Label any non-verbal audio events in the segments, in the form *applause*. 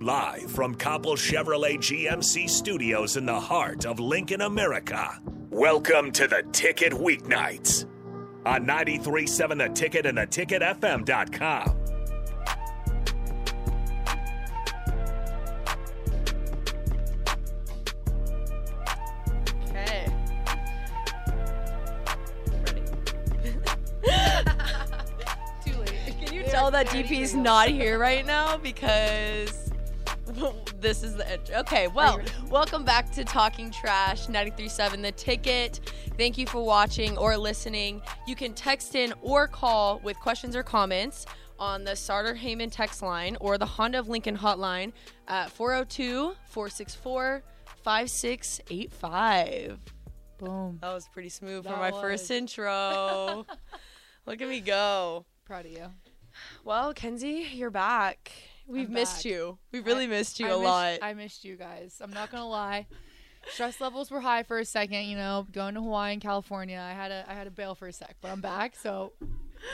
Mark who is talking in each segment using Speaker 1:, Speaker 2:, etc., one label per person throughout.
Speaker 1: Live from Copple Chevrolet GMC studios in the heart of Lincoln, America. Welcome to the Ticket Weeknights on 937 The Ticket and theticketfm.com.
Speaker 2: Okay. Ready. Too late.
Speaker 3: Can you
Speaker 2: They
Speaker 3: tell
Speaker 2: are
Speaker 3: that
Speaker 2: not
Speaker 3: DP's
Speaker 2: even-
Speaker 3: *laughs* not here right now because *laughs* this is the intro. Okay, well,
Speaker 2: ready?
Speaker 3: welcome back to Talking Trash 937 The Ticket. Thank you for watching or listening. You can text in or call with questions or comments on the Sartor Heyman text line or the Honda of Lincoln hotline at 402 464 5685.
Speaker 4: Boom.
Speaker 3: That was pretty smooth for
Speaker 2: That
Speaker 3: my
Speaker 2: was.
Speaker 3: first *laughs* intro. Look at me go.
Speaker 4: Proud of you.
Speaker 3: Well, Kenzie, you're back. We've
Speaker 4: I'm
Speaker 3: missed
Speaker 4: back.
Speaker 3: you. We really missed you
Speaker 4: I
Speaker 3: a
Speaker 4: miss-
Speaker 3: lot.
Speaker 4: I missed you guys. I'm not gonna lie. Stress levels were high for a second. You know, going to Hawaii and California, I had a I had a bail for a sec, but I'm back. So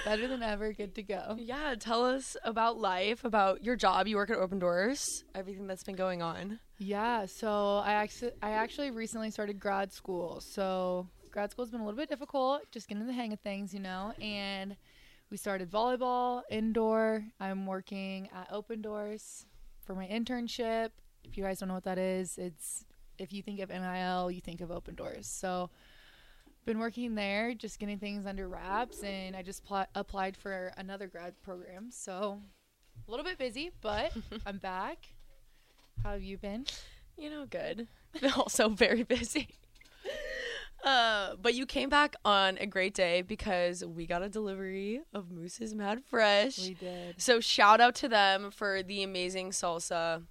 Speaker 4: better than ever. Good to go.
Speaker 3: yeah, tell us about life, about your job. You work at Open Doors, everything that's been going on.
Speaker 4: Yeah. So I actually I actually recently started grad school. So grad school's been a little bit difficult. Just getting in the hang of things, you know. And we started volleyball indoor. I'm working at Open Doors for my internship. If you guys don't know what that is, it's if you think of NIL, you think of Open Doors. So been working there, just getting things under wraps, and I just pl- applied for another grad program. So a little bit busy, but I'm back. How have you been?
Speaker 3: You know, good. *laughs* also very busy. *laughs* Uh, but you came back on a great day because we got a delivery of Moose's Mad Fresh.
Speaker 4: We did.
Speaker 3: So shout out to them for the amazing salsa,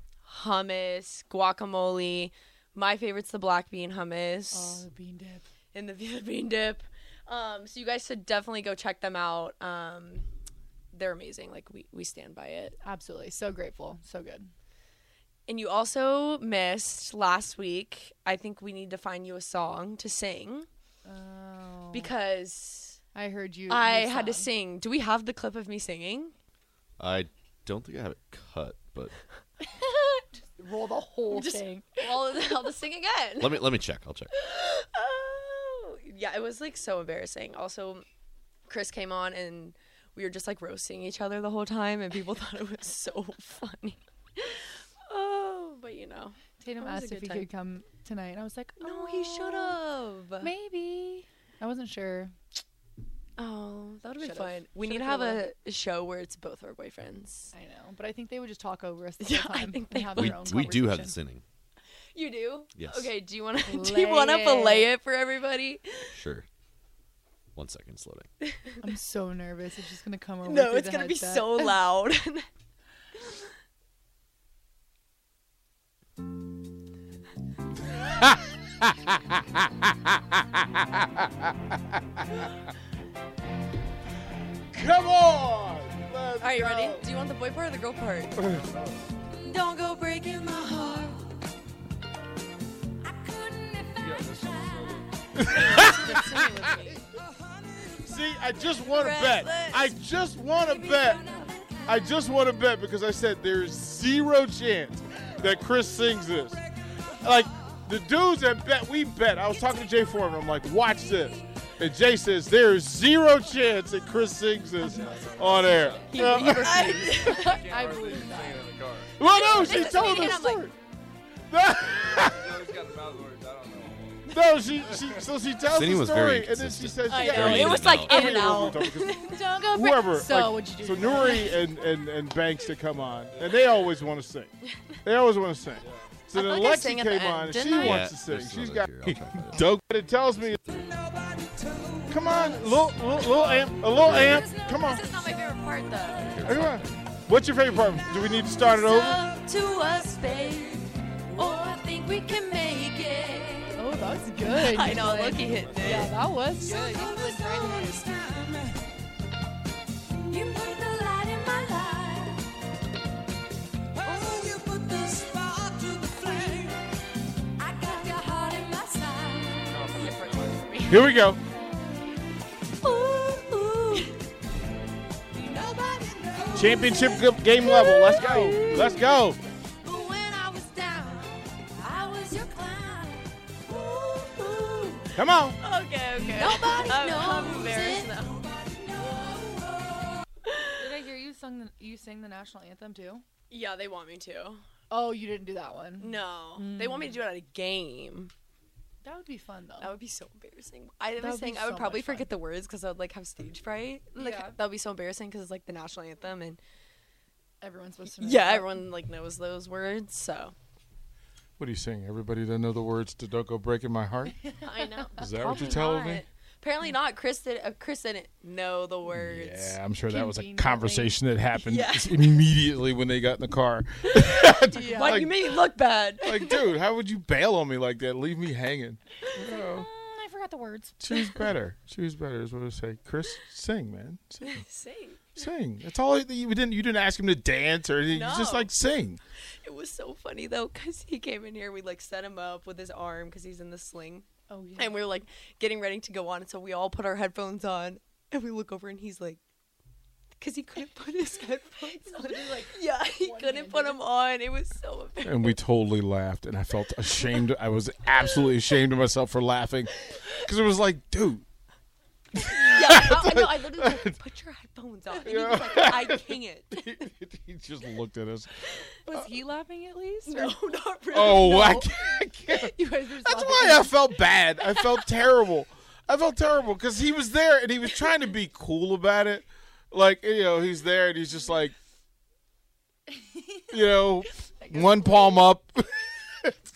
Speaker 3: hummus, guacamole. My favorite's the black bean hummus.
Speaker 4: Oh, the bean dip.
Speaker 3: in the *laughs* Villa Bean Dip. Um, so you guys should definitely go check them out. Um, they're amazing. Like we we stand by it.
Speaker 4: Absolutely. So grateful. So good.
Speaker 3: And you also missed last week. I think we need to find you a song to sing
Speaker 4: Oh.
Speaker 3: because
Speaker 4: I heard you.
Speaker 3: I
Speaker 4: you
Speaker 3: had to
Speaker 4: sung.
Speaker 3: sing. Do we have the clip of me singing?
Speaker 5: I don't think I have it cut, but
Speaker 4: Roll the whole
Speaker 3: Just-
Speaker 4: thing.
Speaker 3: Well, I'll just sing again.
Speaker 5: let me let me check. I'll check.
Speaker 3: *laughs* Oh, yeah, it was like so embarrassing. Also, Chris came on and we were just like roasting each other the whole time, and people *laughs* thought it was so funny. *laughs* Oh, but you know,
Speaker 4: Tatum
Speaker 3: It was a
Speaker 4: asked if
Speaker 3: good
Speaker 4: he could come tonight, and I was like,
Speaker 3: no, he should
Speaker 4: "Oh,
Speaker 3: have.
Speaker 4: Maybe. I wasn't sure.
Speaker 3: Oh, that would be
Speaker 4: Should've.
Speaker 3: fun. We need to
Speaker 4: Should've
Speaker 3: have
Speaker 4: gone
Speaker 3: a show where it's both our boyfriends.
Speaker 4: I know, but I think they would just talk over us the
Speaker 3: Yeah,
Speaker 4: whole
Speaker 3: I
Speaker 4: time.
Speaker 3: think
Speaker 4: and
Speaker 3: they
Speaker 4: have
Speaker 3: would.
Speaker 5: We,
Speaker 4: their own
Speaker 5: we do have the
Speaker 4: conversation.
Speaker 5: sinning.
Speaker 3: You do?
Speaker 5: Yes.
Speaker 3: Okay. Do you *laughs* want to? Do
Speaker 4: Lay
Speaker 3: you want to
Speaker 4: it.
Speaker 3: fillet it for everybody?
Speaker 5: Sure. One second, it's loading.
Speaker 4: I'm so nervous. It's just gonna come over.
Speaker 3: No,
Speaker 4: through
Speaker 3: it's
Speaker 4: the
Speaker 3: gonna be *laughs*
Speaker 4: headset.
Speaker 3: so loud.
Speaker 6: Come on! Let's
Speaker 3: Are you
Speaker 6: go.
Speaker 3: ready? Do you want the boy part or the girl *laughs* part? Don't go breaking my heart. *laughs*
Speaker 6: See, I just want to bet.
Speaker 3: Restless.
Speaker 6: I just want to bet. I just want to bet because I said there's zero chance that Chris sings this. Like, the dudes that bet, we bet. I was talking to Jay Foreman. I'm like, watch this. And Jay says, there's zero chance that Chris sings this on air. Yeah.
Speaker 4: I believe that.
Speaker 6: well, no, she
Speaker 3: This is
Speaker 6: told
Speaker 3: me, and
Speaker 6: the
Speaker 3: I'm like-
Speaker 6: story. *laughs* no, she, she, so she tells
Speaker 5: Sinning
Speaker 6: the
Speaker 5: was very
Speaker 6: story, and then she
Speaker 5: consistent.
Speaker 6: says,
Speaker 3: I
Speaker 6: yeah,
Speaker 3: know.
Speaker 5: Very
Speaker 3: Oh, It
Speaker 5: in
Speaker 3: was
Speaker 5: and
Speaker 3: like in
Speaker 5: out.
Speaker 3: and
Speaker 6: Everyone
Speaker 3: out.
Speaker 6: was talking-
Speaker 4: Don't go. break-
Speaker 6: whoever.
Speaker 4: So
Speaker 6: like,
Speaker 4: what'd you do?
Speaker 6: So Nuri and, and, and Banks to come on, and they always want to sing. They always want to sing. So
Speaker 3: I
Speaker 6: then
Speaker 3: thought I
Speaker 6: Lexi
Speaker 3: sang at
Speaker 6: came
Speaker 3: the end,
Speaker 6: on, and
Speaker 3: didn't
Speaker 6: she
Speaker 3: I?
Speaker 6: wants to
Speaker 5: there's
Speaker 6: sing. She's
Speaker 5: another
Speaker 6: got
Speaker 5: here. I'll try that.
Speaker 6: *laughs* dope. But it tells me, come on, little, little, little amp, a little amp. Come on.
Speaker 3: This is not my favorite *laughs* part though.
Speaker 6: Come on. What's your favorite part? Do we need to start it over?
Speaker 3: Up to us, babe. Oh, I think we can make it.
Speaker 4: Oh, that was good.
Speaker 3: *laughs* I know, Loki hit this.
Speaker 4: Yeah, that was good.
Speaker 3: Oh,
Speaker 6: Here we go. Championship g- game level. Let's go. Let's go. Come on.
Speaker 3: Okay, okay. I'm,
Speaker 7: Nobody
Speaker 3: *laughs* I'm
Speaker 7: knows
Speaker 3: embarrassed
Speaker 7: it.
Speaker 3: now.
Speaker 4: Did I hear you sung the, you sing the national anthem too?
Speaker 3: Yeah, they want me to.
Speaker 4: Oh, you didn't do that
Speaker 3: Mm.
Speaker 4: one.
Speaker 3: No, they want me to do it at a game.
Speaker 4: That would be fun though.
Speaker 3: That would be so embarrassing. I was
Speaker 4: That would be
Speaker 3: saying I
Speaker 4: so
Speaker 3: would probably
Speaker 4: much fun.
Speaker 3: forget the words because I would like have stage fright. Like
Speaker 4: Yeah.
Speaker 3: that would be so embarrassing because it's like the national anthem and
Speaker 4: Everyone's supposed to. know
Speaker 3: yeah,
Speaker 4: that.
Speaker 3: everyone like knows those words. So
Speaker 6: What are you saying? Everybody doesn't know the words to "Don't Go Breaking My
Speaker 3: *laughs*
Speaker 6: Heart."
Speaker 3: I know.
Speaker 6: *laughs*
Speaker 3: Oh
Speaker 6: Is that what you're telling me?
Speaker 3: Apparently not. Chris did. Uh, Chris didn't know the words.
Speaker 6: Yeah, I'm sure that was a
Speaker 4: Conveniently.
Speaker 6: conversation that
Speaker 3: *laughs*
Speaker 6: happened
Speaker 3: Yeah.
Speaker 6: *laughs* immediately when they got in the car.
Speaker 4: Yeah.
Speaker 3: Why
Speaker 6: Like-
Speaker 3: do you made me look *laughs* bad?
Speaker 6: Like, dude, how would you bail on me like that? Leave me hanging. You know,
Speaker 4: Mm, I forgot the words.
Speaker 6: choose better. Choose better is what I say. Chris, sing, man. Sing.
Speaker 3: Sing.
Speaker 6: sing. That's all. You you didn't. You didn't ask him to dance or anything. You just
Speaker 3: No.
Speaker 6: like sing.
Speaker 3: It was so funny though because he came in here. We like set him up with his arm because he's in the sling.
Speaker 4: Oh yeah. *laughs*
Speaker 3: and we were like getting ready to go on and so we all put our headphones on and we look over and he's like because he couldn't put his headphones on yeah he couldn't put them on it was *laughs* so embarrassing
Speaker 6: And we totally laughed, and I felt ashamed. I was absolutely ashamed of myself for laughing, because it was like, dude, *laughs*
Speaker 3: yeah I, I, no, I literally was like, put your headphones on and he was like i can't *laughs*
Speaker 6: he just looked at us.
Speaker 4: was he laughing at least?
Speaker 3: no not *laughs* really
Speaker 6: Oh,
Speaker 3: no.
Speaker 6: I can't. I can't.
Speaker 4: You guys were just
Speaker 6: That's
Speaker 4: laughing.
Speaker 6: why I felt bad. I felt terrible. I felt terrible because he was there and he was trying to be cool about it. Like, you know, he's there and he's just like, you know, one palm up.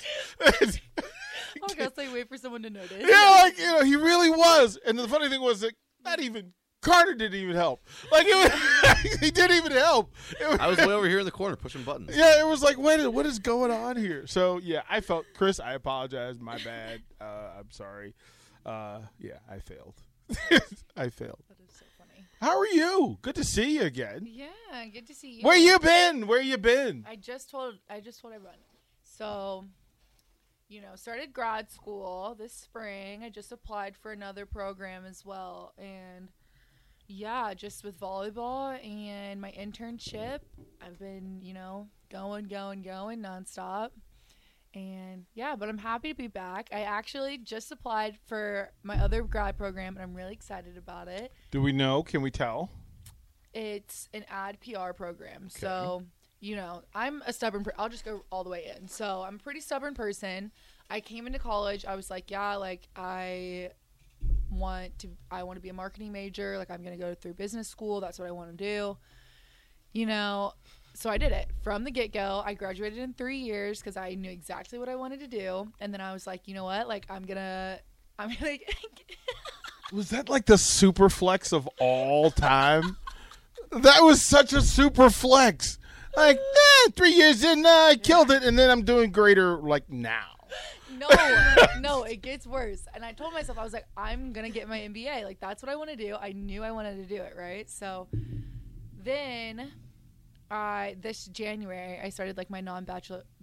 Speaker 6: *laughs*
Speaker 4: Oh, I guess they wait for someone to notice.
Speaker 6: yeah, like, you know, he really was. And the funny thing was that not even Carter didn't even help. Like, it was, *laughs* he didn't even help. It was-
Speaker 5: I was way over here in the corner pushing buttons.
Speaker 6: yeah, it was like, wait, what is going on here? So yeah, I felt Chris. I apologize. My bad. Uh, I'm sorry. Uh, yeah, I failed. *laughs* I failed.
Speaker 4: That is so funny.
Speaker 6: How are you? Good to see you again.
Speaker 4: Yeah, good to see you.
Speaker 6: Where you been? Where you been?
Speaker 4: I just told I just told everyone. So, you know, started grad school this spring. I just applied for another program as well, and yeah, just with volleyball and my internship, I've been you know going, going, going nonstop. And yeah, but I'm happy to be back. I actually just applied for my other grad program, and I'm really excited about it.
Speaker 6: Do we know? Can we tell?
Speaker 4: it's an ad PR program. So, you know, I'm a stubborn per- I'll just go all the way in. So, I'm a pretty stubborn person. I came into college, I was like, yeah, like I want to I want to be a marketing major, like I'm going to go through business school, that's what I want to do. You know, so I did it from the get go. I graduated in three years because I knew exactly what I wanted to do, and then I was like, you know what? Like, I'm gonna, I'm *laughs* gonna.
Speaker 6: Was that like the super flex of all time? that was such a super flex. Like eh, three years in, uh, I killed it, and then I'm doing greater like now.
Speaker 4: No, no, it gets worse. And I told myself, I was like, I'm going to get my MBA. Like, that's what I want to do. I knew I wanted to do it, right? So then I, this January, I started like my non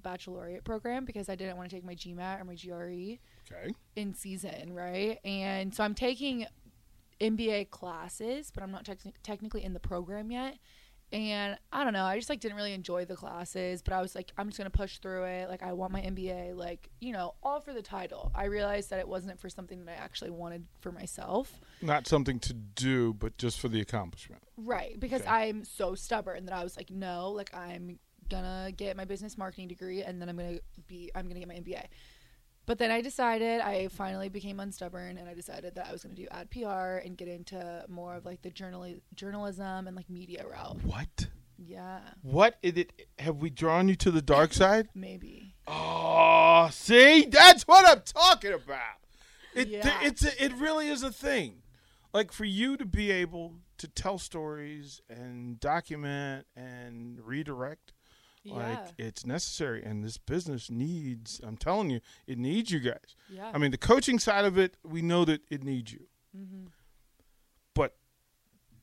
Speaker 4: baccalaureate program because I didn't want to take my GMAT or my E. GRE
Speaker 6: Okay.
Speaker 4: in season, right? And so I'm taking MBA classes, but I'm not techni- technically in the program yet. And I don't know, I just like didn't really enjoy the classes, but I was like, I'm just gonna push through it. Like I want my MBA, like you know, all for the title. I realized that it wasn't for something that I actually wanted for myself,
Speaker 6: Not something to do, but just for the accomplishment.
Speaker 4: right? Because
Speaker 6: Okay.
Speaker 4: I'm so stubborn that I was like, no, like I'm gonna get my business marketing degree, and then I'm gonna be, I'm gonna get my MBA. But then I decided I finally became unstubborn, and I decided that I was going to do ad PR and get into more of like the journal- journalism and like media route.
Speaker 6: What?
Speaker 4: Yeah,
Speaker 6: What is it? Have we drawn you to the dark side?
Speaker 4: maybe.
Speaker 6: Oh, see, that's what I'm talking about. It
Speaker 4: Yeah.
Speaker 6: it's a, it really is a thing. Like for you to be able to tell stories and document and redirect, like
Speaker 4: Yeah.
Speaker 6: it's necessary. And this business needs. I'm telling you, it needs you guys.
Speaker 4: Yeah.
Speaker 6: I mean, the coaching side of it, we know that it needs you.
Speaker 4: Mm-hmm.
Speaker 6: But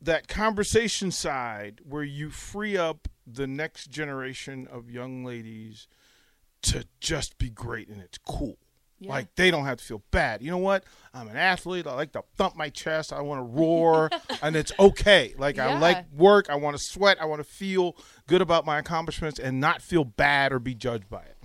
Speaker 6: that conversation side where you free up the next generation of young ladies to just be great and it's cool.
Speaker 4: Yeah.
Speaker 6: Like they don't have to feel bad. You know what? I'm an athlete. I like to thump my chest. I want to
Speaker 4: *laughs*
Speaker 6: roar, and it's okay. Like I
Speaker 4: Yeah.
Speaker 6: like work. I want to sweat. I want to feel good about my accomplishments and not feel bad or be judged by it.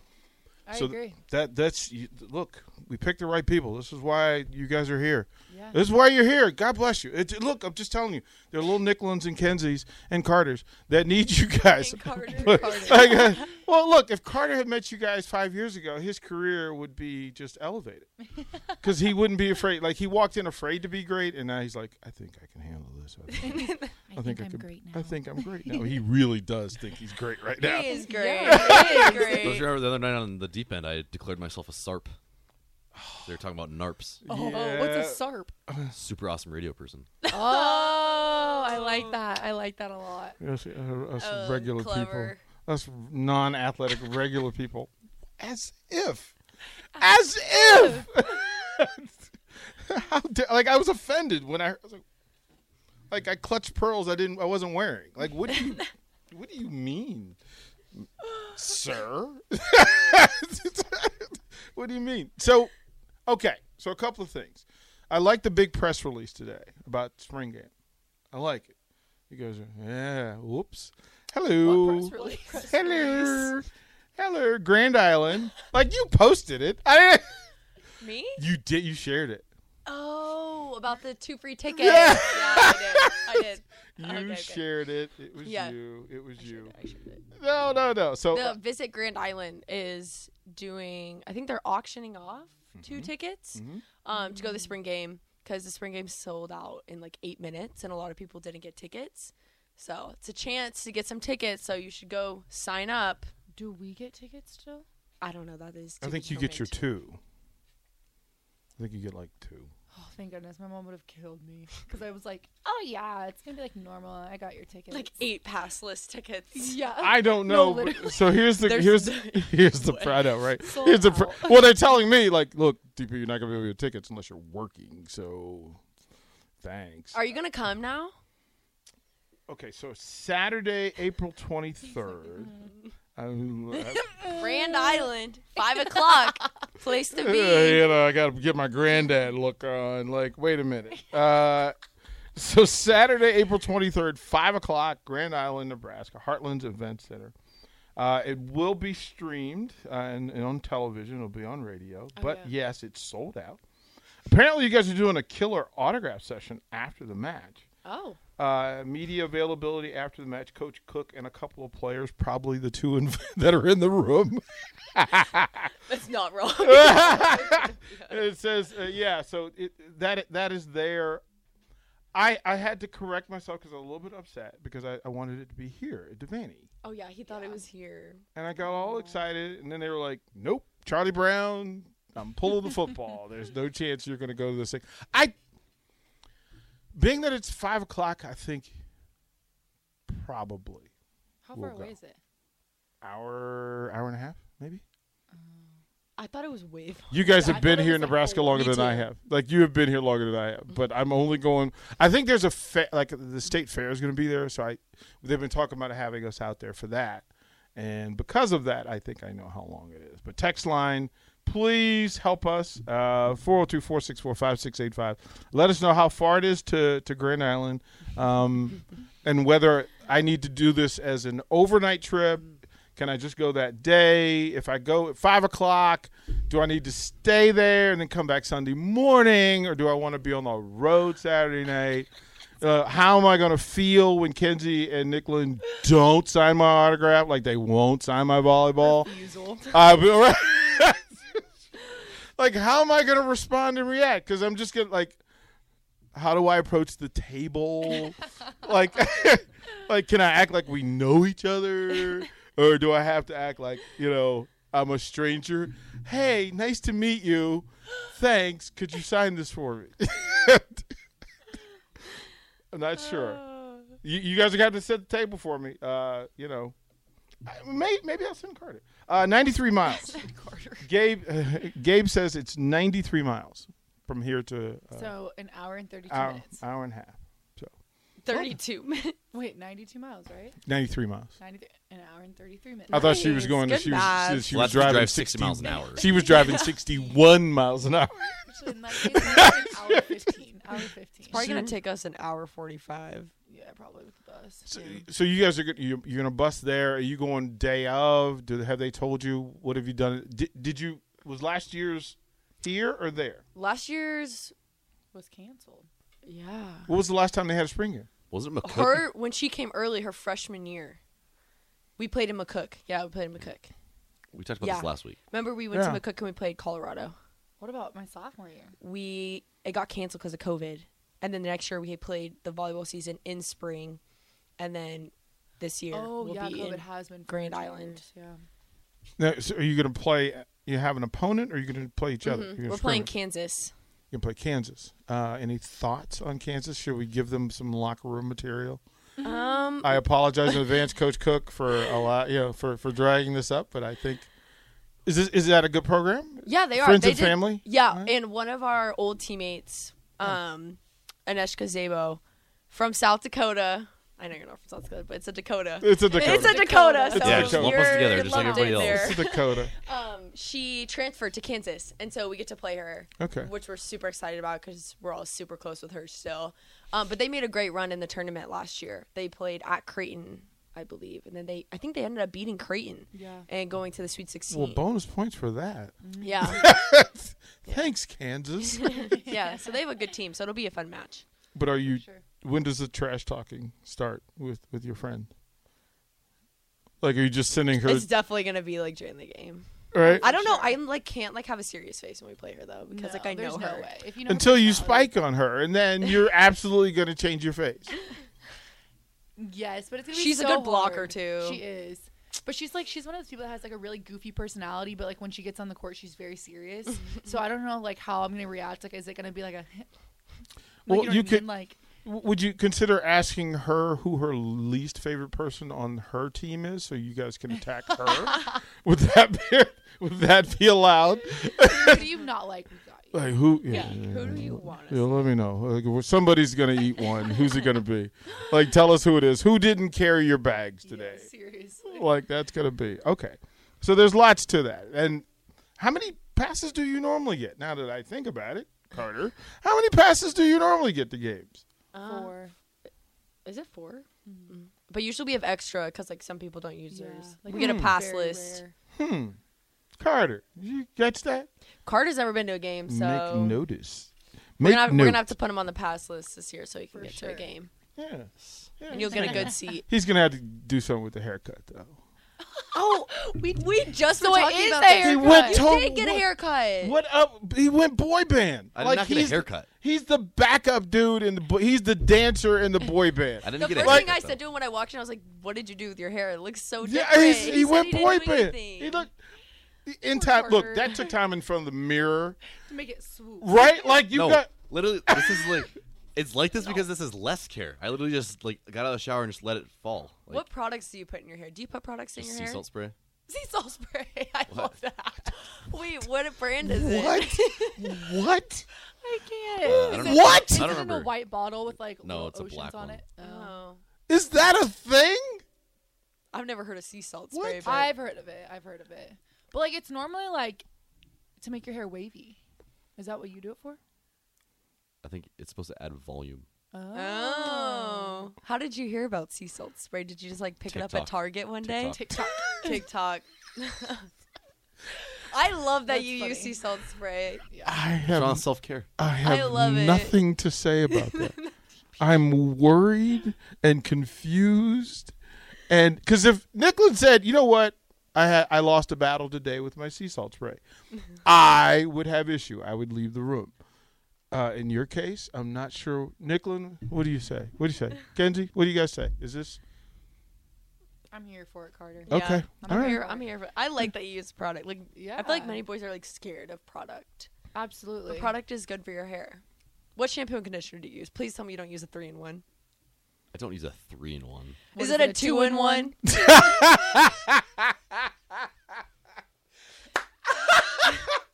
Speaker 4: I
Speaker 6: so
Speaker 4: agree.
Speaker 6: that that's you, look, we picked the right people. This is why you guys are here.
Speaker 4: Yeah.
Speaker 6: This is why you're here. God bless you. It, look, I'm just telling you, there are little Nicklins and Kenzies and Carters that need you guys.
Speaker 3: And
Speaker 6: *laughs*
Speaker 3: Carter,
Speaker 6: But-
Speaker 3: Carter.
Speaker 6: like, uh, well, look, if Carter had met you guys five years ago, his career would be just elevated because he wouldn't be afraid. Like he walked in afraid to be great, and now he's like, I think I can handle this. I think,
Speaker 4: I, think,
Speaker 6: I
Speaker 4: I'm
Speaker 6: can-
Speaker 4: great now.
Speaker 6: I think I'm great now. He really does think he's great right now.
Speaker 3: He is great. He is
Speaker 5: Don't you
Speaker 3: great.
Speaker 5: remember the other night on the deep end? I declared myself a SARP. They were talking about NARPs.
Speaker 2: Oh,
Speaker 6: Yeah.
Speaker 2: what's a SARP?
Speaker 5: Super awesome radio person.
Speaker 3: Oh, I like that. I like that a lot.
Speaker 6: Us, uh, us
Speaker 3: Oh,
Speaker 6: regular
Speaker 3: clever.
Speaker 6: people. Us non-athletic regular people. As if. As if. *laughs* How dare, like I was offended when I, I was like, like I clutched pearls I didn't I wasn't wearing. Like what do you what do you mean? Sir? *laughs* what do you mean? So okay, so a couple of things. I like the big press release today about spring game. I like it. You guys are yeah. Whoops. Hello.
Speaker 2: Press release.
Speaker 6: Hello. Hello, Grand Island. Like you posted it. I
Speaker 3: Me?
Speaker 6: *laughs* you did you shared it.
Speaker 3: Oh, about the two free tickets. Yeah,
Speaker 6: Yeah.
Speaker 3: I did. I did.
Speaker 6: You
Speaker 3: Okay, okay.
Speaker 6: shared it. It was
Speaker 3: Yeah.
Speaker 6: you. It was you.
Speaker 3: I sure did.
Speaker 6: No, no, no. So
Speaker 3: The Visit Grand Island is doing. I think they're auctioning off
Speaker 6: Mm-hmm.
Speaker 3: two tickets um, to go to the spring game because the spring game sold out in like eight minutes, and a lot of people didn't get tickets. So it's a chance to get some tickets. So you should go sign up.
Speaker 4: Do we get tickets still?
Speaker 3: I don't know. That is.
Speaker 6: I
Speaker 3: to
Speaker 6: think
Speaker 3: be
Speaker 6: you get your
Speaker 3: determined.
Speaker 6: two. I think you get like two.
Speaker 4: Oh, thank goodness. My mom would have killed
Speaker 6: *laughs*
Speaker 4: me because I was like, oh, yeah, it's going to be like normal. I got your tickets.
Speaker 3: like eight passless
Speaker 6: *laughs*
Speaker 3: tickets.
Speaker 4: *laughs* yeah.
Speaker 6: I don't
Speaker 4: Oh, No,
Speaker 6: know. *laughs* but-
Speaker 4: literally.
Speaker 6: so here's the
Speaker 3: There's-
Speaker 6: here's the, *laughs* here's the pr- I know, right?
Speaker 4: Sold
Speaker 6: Here's the pr-
Speaker 4: out.
Speaker 6: well, they're telling me like, look, DP, you're not gonna be able to get tickets unless you're working. So thanks.
Speaker 3: Are you gonna come now?
Speaker 6: okay, so Saturday, April twenty third.
Speaker 3: Grand Island, five o'clock, place
Speaker 6: *laughs*
Speaker 3: to
Speaker 6: Uh,
Speaker 3: be.
Speaker 6: you know, I got to get my granddad look on. Like, wait a minute. Uh, *laughs* so Saturday, April twenty third, five o'clock, Grand Island, Nebraska, Heartlands Event Center. Uh, it will be streamed uh, and, and on television. It'll be on radio. but yes, it's sold out. Apparently, you guys are doing a killer autograph session after the match.
Speaker 3: Oh,
Speaker 6: Uh, media availability after the match. Coach Cook and a couple of players, probably the two in, *laughs* that are in the room.
Speaker 3: that's not wrong.
Speaker 6: *laughs* it says uh, yeah so it, that that is there i i had to correct myself because i was a little bit upset because i, I wanted it to be here at devaney
Speaker 3: oh yeah, he thought it was here.
Speaker 6: and i got all excited and then they were like nope charlie brown i'm pulling
Speaker 4: *laughs*
Speaker 6: the football there's no chance you're going to go to this thing i being that it's five o'clock i think probably
Speaker 4: How
Speaker 6: We'll
Speaker 4: far
Speaker 6: go.
Speaker 4: away is it?
Speaker 6: hour hour and a half maybe
Speaker 3: I thought it was wave.
Speaker 6: You guys
Speaker 4: Yeah, I
Speaker 6: have
Speaker 4: thought
Speaker 6: been
Speaker 4: it
Speaker 6: here
Speaker 4: was
Speaker 6: in
Speaker 4: like
Speaker 6: Nebraska
Speaker 4: a-
Speaker 6: longer
Speaker 4: me
Speaker 6: than I
Speaker 4: too. Mm-hmm.
Speaker 6: have. Like you have been here longer than I have, but I'm only going. I think there's a fa- like the state fair is going to be there, so I they've been talking about having us out there for that, and because of that, I think I know how long it is. But text line, please help us uh, 402 464 5685. Let us know how far it is to to Grand Island,
Speaker 4: *laughs*
Speaker 6: um, and whether I need to do this as an overnight trip.
Speaker 4: Mm.
Speaker 6: Can I just go that day? If I go at five o'clock, do I need to stay there and then come back Sunday morning, or do I want to be on the road Saturday night? Uh, how am I going to feel when Kenzie and Nicklin don't sign my autograph? Like they won't sign my volleyball? *laughs* Uh, but- like, how am I going to respond and react? Because I'm just going to, like, how do I approach the table? like, *laughs* like, can I act like we know each other? Or do I have to act like, you know, I'm a stranger? Hey, nice to meet you. Thanks. Could you sign this for me? *laughs* I'm not sure. You, you guys are going to have to set the table for me. Uh, you know, I- may, maybe I'll send Carter. Uh, 93 miles.
Speaker 4: *laughs* Carter.
Speaker 6: Gabe *laughs* Gabe says it's 93 miles from here to uh,
Speaker 4: So an hour and 32
Speaker 6: hour, uh,
Speaker 4: minutes.
Speaker 6: hour and a half. So
Speaker 3: Thirty-two minutes.
Speaker 4: Wait, 92 miles, right?
Speaker 6: 93 miles.
Speaker 4: 93, an hour and 33 minutes.
Speaker 6: I thought she was
Speaker 3: Nice.
Speaker 6: going.
Speaker 3: Good
Speaker 6: She was,
Speaker 3: math.
Speaker 6: she
Speaker 5: Well,
Speaker 6: was
Speaker 5: that's if you
Speaker 6: driving
Speaker 5: drive 60 miles an hour.
Speaker 6: She was driving 61 miles an hour.
Speaker 3: *laughs*
Speaker 6: *laughs*
Speaker 4: Actually, in that case, it was an hour 15. Hour 15.
Speaker 3: Probably gonna take us an hour forty-five.
Speaker 4: Yeah, probably with the bus.
Speaker 6: So,
Speaker 4: yeah.
Speaker 6: so you guys are go- you you're gonna bus there. Are you going day of? Do have they told you what have you done? Did, did you was last year's here or there?
Speaker 3: Last year's,
Speaker 4: was canceled.
Speaker 3: yeah.
Speaker 6: What was the last time they had a spring game?
Speaker 5: Wasn't McCook?
Speaker 3: *laughs* Her when she came early, her freshman year, we played in McCook. Yeah, we played in McCook.
Speaker 5: we talked about
Speaker 3: Yeah.
Speaker 5: this last week.
Speaker 3: Remember, we went
Speaker 6: Yeah.
Speaker 3: to McCook and we played Colorado.
Speaker 4: What about my sophomore year?
Speaker 3: We it got canceled because of COVID, and then the next year we had played the volleyball season in spring, and then this year we'll be in
Speaker 4: Oh, has been for
Speaker 3: Grand
Speaker 4: two
Speaker 3: Island.
Speaker 4: years, Yeah.
Speaker 6: Now, so are you gonna play? You have an opponent, or are you gonna play each other? You're
Speaker 3: Mhm.
Speaker 6: gonna
Speaker 3: We're playing
Speaker 6: scrimmage.
Speaker 3: Kansas.
Speaker 6: You're gonna play Kansas. Uh, any thoughts on Kansas? Should we give them some locker room material?
Speaker 3: Um,
Speaker 6: I apologize in advance, Coach Cook, for a lot, you know, for for dragging this up, but I think is this is that a good program?
Speaker 3: yeah, they are
Speaker 6: Friends
Speaker 3: They
Speaker 6: and
Speaker 3: did- *laughs*
Speaker 6: family?
Speaker 3: Yeah,
Speaker 6: Alright.
Speaker 3: and one of our old teammates, um, Aneshka Zabo, from South Dakota. I know you're not from South Dakota, but it's a Dakota.
Speaker 6: It's a Dakota.
Speaker 3: It's a Dakota.
Speaker 4: It's
Speaker 3: so
Speaker 6: a Dakota. Yeah, lump
Speaker 5: us
Speaker 3: you're
Speaker 5: together, just like
Speaker 3: lumped
Speaker 5: everybody
Speaker 3: in
Speaker 5: else.
Speaker 3: there.
Speaker 6: It's
Speaker 3: *laughs*
Speaker 6: a Dakota.
Speaker 3: Um, she transferred to Kansas, and so we get to play her,
Speaker 6: Okay.
Speaker 3: which we're super excited about because we're all super close with her still. Um, but they made a great run in the tournament last year. They played at Creighton, I believe, and then they I think they ended up beating Creighton
Speaker 4: Yeah.
Speaker 3: and going to the Sweet Sixteen.
Speaker 6: Well, bonus points for that.
Speaker 3: yeah,
Speaker 6: Thanks, Kansas.
Speaker 3: *laughs* yeah. So they have a good team, so it'll be a fun match.
Speaker 6: but are you?
Speaker 4: Sure.
Speaker 6: When does the trash talking start with with your friend? Like, are you just sending her?
Speaker 3: It's definitely gonna be like during the game.
Speaker 6: Right.
Speaker 3: I don't know. I like can't like have a serious face when we play her though because like
Speaker 4: No,
Speaker 3: I know
Speaker 4: there's
Speaker 3: her.
Speaker 4: No way. If you know her
Speaker 6: Until you
Speaker 4: personality-
Speaker 6: spike on her, and then you're absolutely going to change your face.
Speaker 4: Yes, but it's gonna be
Speaker 3: She's a
Speaker 4: so
Speaker 3: good blocker,
Speaker 4: hard.
Speaker 3: too.
Speaker 4: She is. But she's like she's one of those people that has like a really goofy personality, but like when she gets on the court, she's
Speaker 3: *laughs*
Speaker 4: very serious. so I don't know like how I'm gonna react. Like, is it gonna be like a? *laughs* like,
Speaker 6: Well,
Speaker 4: know what
Speaker 6: you
Speaker 4: I
Speaker 6: could-
Speaker 4: mean? like
Speaker 6: W- Would you consider asking her who her least favorite person on her team is, so you guys can attack
Speaker 3: *laughs*
Speaker 6: her? would that be? Would that be allowed?
Speaker 4: who do you not like? We got
Speaker 5: *laughs*
Speaker 4: you.
Speaker 6: Like who?
Speaker 4: Yeah,
Speaker 3: Who do you want?
Speaker 6: Yeah, let me know. Like, well, somebody's gonna eat one. Who's it
Speaker 3: *laughs*
Speaker 6: gonna be? Like, tell us who it is. Who didn't carry your bags today?
Speaker 4: Yeah, seriously.
Speaker 6: Like, that's gonna be okay. So there's lots to that. And how many passes do you normally get? Now that I think about it, Carter, how many passes do you normally get to games?
Speaker 4: Four.
Speaker 3: Is it 4 Mm. But usually we have extra because like some people don't use
Speaker 4: Yeah,
Speaker 3: theirs.
Speaker 4: like,
Speaker 3: we get a
Speaker 4: very
Speaker 3: pass list.
Speaker 4: rare.
Speaker 6: Hmm. Carter, you catch that?
Speaker 3: Carter's never been to a game, so
Speaker 6: Make notice.
Speaker 3: we're,
Speaker 6: Make
Speaker 3: gonna have, we're
Speaker 6: note.
Speaker 3: gonna have to put him on the pass list this year so he can
Speaker 4: For
Speaker 3: get to
Speaker 4: sure.
Speaker 3: a game,
Speaker 6: Yeah. Yeah.
Speaker 3: and you'll get a good seat.
Speaker 6: He's gonna have to do something with the haircut though.
Speaker 3: *laughs* oh, we we just
Speaker 4: So
Speaker 3: were
Speaker 4: it
Speaker 3: talking
Speaker 4: is
Speaker 3: about
Speaker 4: the
Speaker 3: that.
Speaker 4: haircut.
Speaker 6: He went
Speaker 3: You
Speaker 6: to-
Speaker 3: did get a
Speaker 6: what-
Speaker 3: haircut.
Speaker 6: What up? He went boy band.
Speaker 5: I did not get a
Speaker 6: he's,
Speaker 5: haircut.
Speaker 6: He's the backup dude in the. bo- He's the dancer in the boy band.
Speaker 5: *laughs* I didn't
Speaker 3: The
Speaker 5: get
Speaker 3: first
Speaker 5: a
Speaker 3: thing I
Speaker 5: haircut,
Speaker 3: said to him when I walked in, I was like, "What did you do with your hair? It looks so different."
Speaker 6: yeah, he's,
Speaker 3: He
Speaker 6: he,
Speaker 3: said
Speaker 6: went
Speaker 3: didn't
Speaker 6: boy
Speaker 3: do
Speaker 6: band.
Speaker 3: anything.
Speaker 6: He looked. In
Speaker 4: Poor
Speaker 6: time, look
Speaker 4: Carter.
Speaker 3: *laughs*
Speaker 6: that took time in front of the mirror,
Speaker 4: To make it swoop.
Speaker 6: right? Like you
Speaker 5: no,
Speaker 6: got
Speaker 5: literally, this is like, it's
Speaker 3: *laughs*
Speaker 5: like this because this is less care. I literally just like got out of the shower and just let it fall. Like,
Speaker 3: what products do you put in your hair? Do you put products in
Speaker 5: just
Speaker 3: your
Speaker 5: sea
Speaker 3: hair?
Speaker 5: salt spray.
Speaker 3: *laughs* Sea salt spray. *laughs* I love
Speaker 5: *laughs*
Speaker 3: that. Wait, what brand is it?
Speaker 6: what?
Speaker 3: *laughs*
Speaker 6: what?
Speaker 4: I
Speaker 5: Uh, I
Speaker 4: can't.
Speaker 5: don't
Speaker 4: Is
Speaker 5: know.
Speaker 4: it-
Speaker 6: What?
Speaker 4: is
Speaker 5: I
Speaker 4: it
Speaker 5: don't
Speaker 4: in a
Speaker 5: remember.
Speaker 4: white bottle with like
Speaker 5: No,
Speaker 4: little
Speaker 5: it's a
Speaker 4: oceans
Speaker 5: black
Speaker 4: on
Speaker 5: one. Uh,
Speaker 4: it. Oh.
Speaker 3: Oh,
Speaker 6: Is that a thing?
Speaker 3: I've never heard of sea salt
Speaker 6: What?
Speaker 3: spray. but-
Speaker 4: I've heard of it. I've heard of it. But like it's normally like to make your hair wavy. Is that what you do it for?
Speaker 5: I think it's supposed to add volume.
Speaker 3: Oh. How did you hear about sea salt spray? Did you just like pick it up at
Speaker 5: TikTok.
Speaker 3: Target one day?
Speaker 4: TikTok.
Speaker 3: *laughs* TikTok. I love that
Speaker 4: That's
Speaker 3: you use
Speaker 4: funny.
Speaker 3: sea salt spray.
Speaker 6: I
Speaker 5: It's all
Speaker 6: have,
Speaker 5: self care.
Speaker 6: I have
Speaker 3: love it.
Speaker 6: nothing to say
Speaker 3: *laughs*
Speaker 6: about that. I'm worried and confused, and because if Nicklin said, you know what, I ha- I lost a battle today with my sea salt spray,
Speaker 3: *laughs*
Speaker 6: I would have issue. I would leave the room. Uh, in your case, I'm not sure. Nicklin, what do you say? What do you say,
Speaker 3: *laughs*
Speaker 6: Kenzie? What do you guys say? Is this
Speaker 4: I'm here for it, Carter.
Speaker 3: Yeah.
Speaker 6: okay?
Speaker 4: I'm
Speaker 6: All
Speaker 3: I'm
Speaker 6: right.
Speaker 3: here. I'm here. For, I like that you use product. Like, I feel like
Speaker 4: Yeah.
Speaker 3: many boys are like scared of product.
Speaker 4: Absolutely.
Speaker 3: But product is good for your hair. What shampoo and conditioner do you use? Please tell me you don't use a three in one.
Speaker 5: I don't use a three in one.
Speaker 4: What
Speaker 3: Is it a two in one?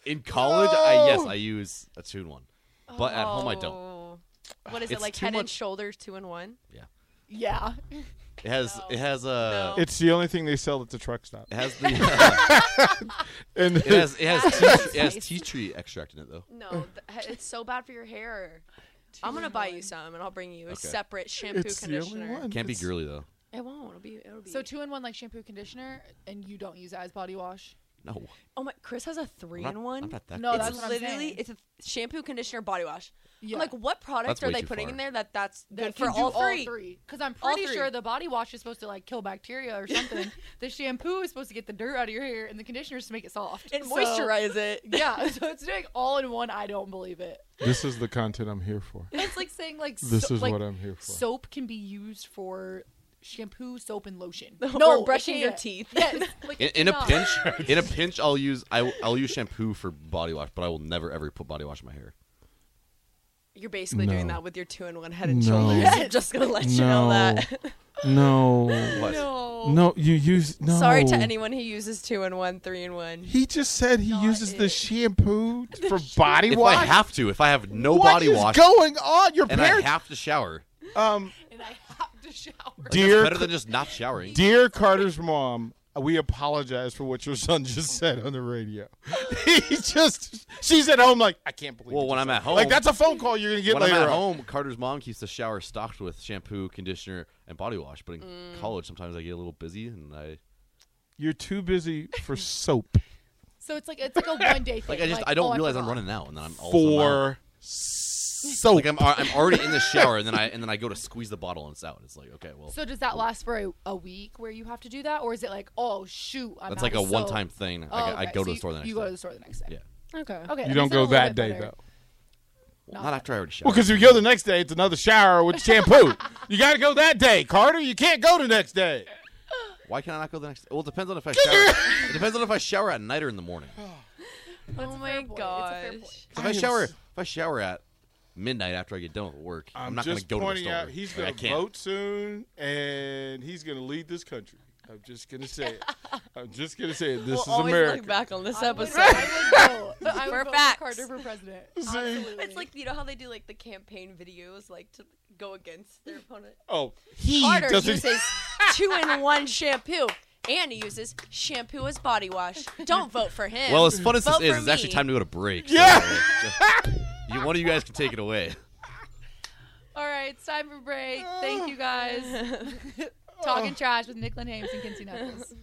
Speaker 5: In college, I yes, I use a two in one, but at home I don't.
Speaker 3: Oh. What is it
Speaker 5: It's
Speaker 3: like?
Speaker 5: too
Speaker 3: Head and
Speaker 5: much-
Speaker 3: Shoulders two in one.
Speaker 4: Yeah. *laughs*
Speaker 5: It has it has a
Speaker 3: No.
Speaker 6: It's the only thing they sell at the truck stop.
Speaker 5: it *laughs* has the uh,
Speaker 6: And
Speaker 5: it has it has tea, it has
Speaker 4: Nice.
Speaker 5: *laughs* tea tree extract in it though.
Speaker 3: No, th- it's so bad for your hair. I'm gonna buy you some, and I'll bring you a
Speaker 5: Okay.
Speaker 3: separate shampoo
Speaker 6: *laughs* it's the
Speaker 3: conditioner.
Speaker 6: only one.
Speaker 5: Can't be
Speaker 6: It's-
Speaker 5: girly though.
Speaker 3: It won't. It'll be. It'll be.
Speaker 4: So two in one, like shampoo, conditioner, and you don't use it as body wash.
Speaker 5: No.
Speaker 3: Oh my! Chris has a Oh, three
Speaker 5: I'm not-
Speaker 3: in one.
Speaker 5: I'm not that
Speaker 4: No,
Speaker 5: girly.
Speaker 4: that's
Speaker 3: it's
Speaker 4: what I'm
Speaker 3: literally
Speaker 4: saying.
Speaker 3: it's a shampoo, conditioner, body wash.
Speaker 4: Yeah.
Speaker 3: I'm like, what products
Speaker 5: That's
Speaker 3: are
Speaker 5: way
Speaker 3: they
Speaker 5: too
Speaker 3: putting
Speaker 5: far.
Speaker 3: in there that that's good
Speaker 4: That
Speaker 3: for
Speaker 4: can do
Speaker 3: all three?
Speaker 4: Because I'm
Speaker 3: All
Speaker 4: pretty
Speaker 3: three.
Speaker 4: sure the body wash is supposed to like kill bacteria
Speaker 3: *laughs*
Speaker 4: or something. the shampoo is supposed to get the dirt out of your hair, and the conditioner is to make it soft
Speaker 3: And
Speaker 4: So-
Speaker 3: moisturize *laughs* it.
Speaker 4: *laughs* yeah, so it's doing all in one. I don't believe it.
Speaker 6: *laughs* This is the content I'm here
Speaker 3: *laughs*
Speaker 6: for.
Speaker 4: It's like saying like
Speaker 6: *laughs* This
Speaker 4: so-
Speaker 6: is
Speaker 4: like,
Speaker 6: what I'm here for.
Speaker 4: Soap can be used for shampoo, soap,
Speaker 3: *laughs*
Speaker 4: and lotion.
Speaker 3: No,
Speaker 4: it
Speaker 3: brushing your
Speaker 4: can't.
Speaker 3: teeth. *laughs*
Speaker 4: Yes, like,
Speaker 5: In,
Speaker 4: it
Speaker 5: in a
Speaker 4: cannot.
Speaker 5: pinch, *laughs* in a pinch, I'll use I, I'll use shampoo for body wash, but I will never ever put body wash in my hair.
Speaker 3: You're basically doing
Speaker 6: No.
Speaker 3: that with your two in one head and
Speaker 6: No.
Speaker 3: shoulders. I'm *laughs* just gonna let you know that.
Speaker 6: no.
Speaker 3: *laughs*
Speaker 5: What?
Speaker 4: No.
Speaker 6: No, you use no.
Speaker 3: Sorry to anyone who uses two in one, three in one.
Speaker 6: He just said he uses the shampoo for body
Speaker 5: If
Speaker 6: wash.
Speaker 5: I have to, if I have no
Speaker 6: What
Speaker 5: body
Speaker 6: is
Speaker 5: wash
Speaker 6: going on? Your
Speaker 5: and I
Speaker 6: parents,
Speaker 5: have to shower,
Speaker 6: um,
Speaker 4: And I have to shower.
Speaker 6: dear,
Speaker 5: better than just not showering.
Speaker 6: dear Carter's mom, we apologize for what your son just said on the radio. *laughs* he just, she's at home like I can't believe.
Speaker 5: Well,
Speaker 6: it
Speaker 5: when
Speaker 6: just
Speaker 5: I'm at
Speaker 6: happened."
Speaker 5: home,
Speaker 6: like that's a phone call you're gonna get
Speaker 5: when
Speaker 6: later.
Speaker 5: I'm at
Speaker 6: on.
Speaker 5: home, Carter's mom keeps the shower stocked with shampoo, conditioner, and body wash. But in
Speaker 4: Mm.
Speaker 5: college, sometimes I get a little busy, and I
Speaker 6: You're too busy
Speaker 5: *laughs*
Speaker 6: for soap.
Speaker 4: So it's like
Speaker 3: *laughs*
Speaker 4: it's like a one day thing.
Speaker 5: like I just I
Speaker 4: oh,
Speaker 5: don't realize I'm
Speaker 4: forgot.
Speaker 5: running out, and then I'm all of a sudden out.
Speaker 6: for soap.
Speaker 5: like I'm al- I'm already
Speaker 4: *laughs*
Speaker 5: in the shower, and then I and then I go to squeeze the bottle, and it's out. It's like okay, well,
Speaker 4: So does that last for a, a week where you have to do that, or is it like oh shoot? I'm
Speaker 5: that's
Speaker 4: out
Speaker 5: like a
Speaker 4: of soap.
Speaker 5: one time thing. I,
Speaker 4: Oh,
Speaker 5: I
Speaker 4: okay.
Speaker 5: go
Speaker 4: So
Speaker 5: to the
Speaker 4: you-
Speaker 5: store the next
Speaker 4: You
Speaker 5: day.
Speaker 4: go to the store the next day.
Speaker 5: Yeah.
Speaker 3: Okay.
Speaker 4: Okay.
Speaker 6: you don't go that day though.
Speaker 5: Well, not after I already showered.
Speaker 6: Well, because if you go the next day, it's another shower with shampoo. you got to go that day, Carter. You can't go the next day.
Speaker 5: Why can I not go the next? Well, it depends
Speaker 4: *laughs*
Speaker 5: on if I shower. it depends on if I shower at night or in the morning. 'Cause
Speaker 3: oh my
Speaker 4: point. It's a fair
Speaker 3: gosh.
Speaker 5: if I shower, if I shower at midnight after I get done with work, I'm, not
Speaker 6: just
Speaker 5: gonna go
Speaker 6: pointing
Speaker 5: to the store.
Speaker 6: out he's
Speaker 5: Like, I
Speaker 6: going to
Speaker 5: can't.
Speaker 6: vote soon, and he's going to lead this country. I'm just going to say it. I'm just going to say it. This
Speaker 3: We'll
Speaker 6: is
Speaker 3: always look
Speaker 6: America.
Speaker 3: back on this
Speaker 4: I *laughs* would,
Speaker 3: episode.
Speaker 4: I would *laughs* go. I would
Speaker 3: For
Speaker 4: vote
Speaker 3: facts.
Speaker 4: Carter for president.
Speaker 6: See?
Speaker 4: Absolutely.
Speaker 3: It's like you know how they do like the campaign videos, like to go against their opponent.
Speaker 6: Oh, he
Speaker 3: Carter
Speaker 6: doesn't.
Speaker 5: *laughs*
Speaker 3: uses two in one shampoo. and he uses shampoo as body wash. Don't vote for him.
Speaker 5: Well, as fun as this
Speaker 3: Vote
Speaker 5: is,
Speaker 3: for
Speaker 5: it's actually
Speaker 3: me.
Speaker 5: time to go to break. so,
Speaker 6: *laughs* Yeah.
Speaker 5: uh, you, one of you guys can take it away.
Speaker 4: *laughs* all right, it's *laughs* time for break. Thank you guys. Talking trash with Nick Lynn Hames and Kinsey Knuckles.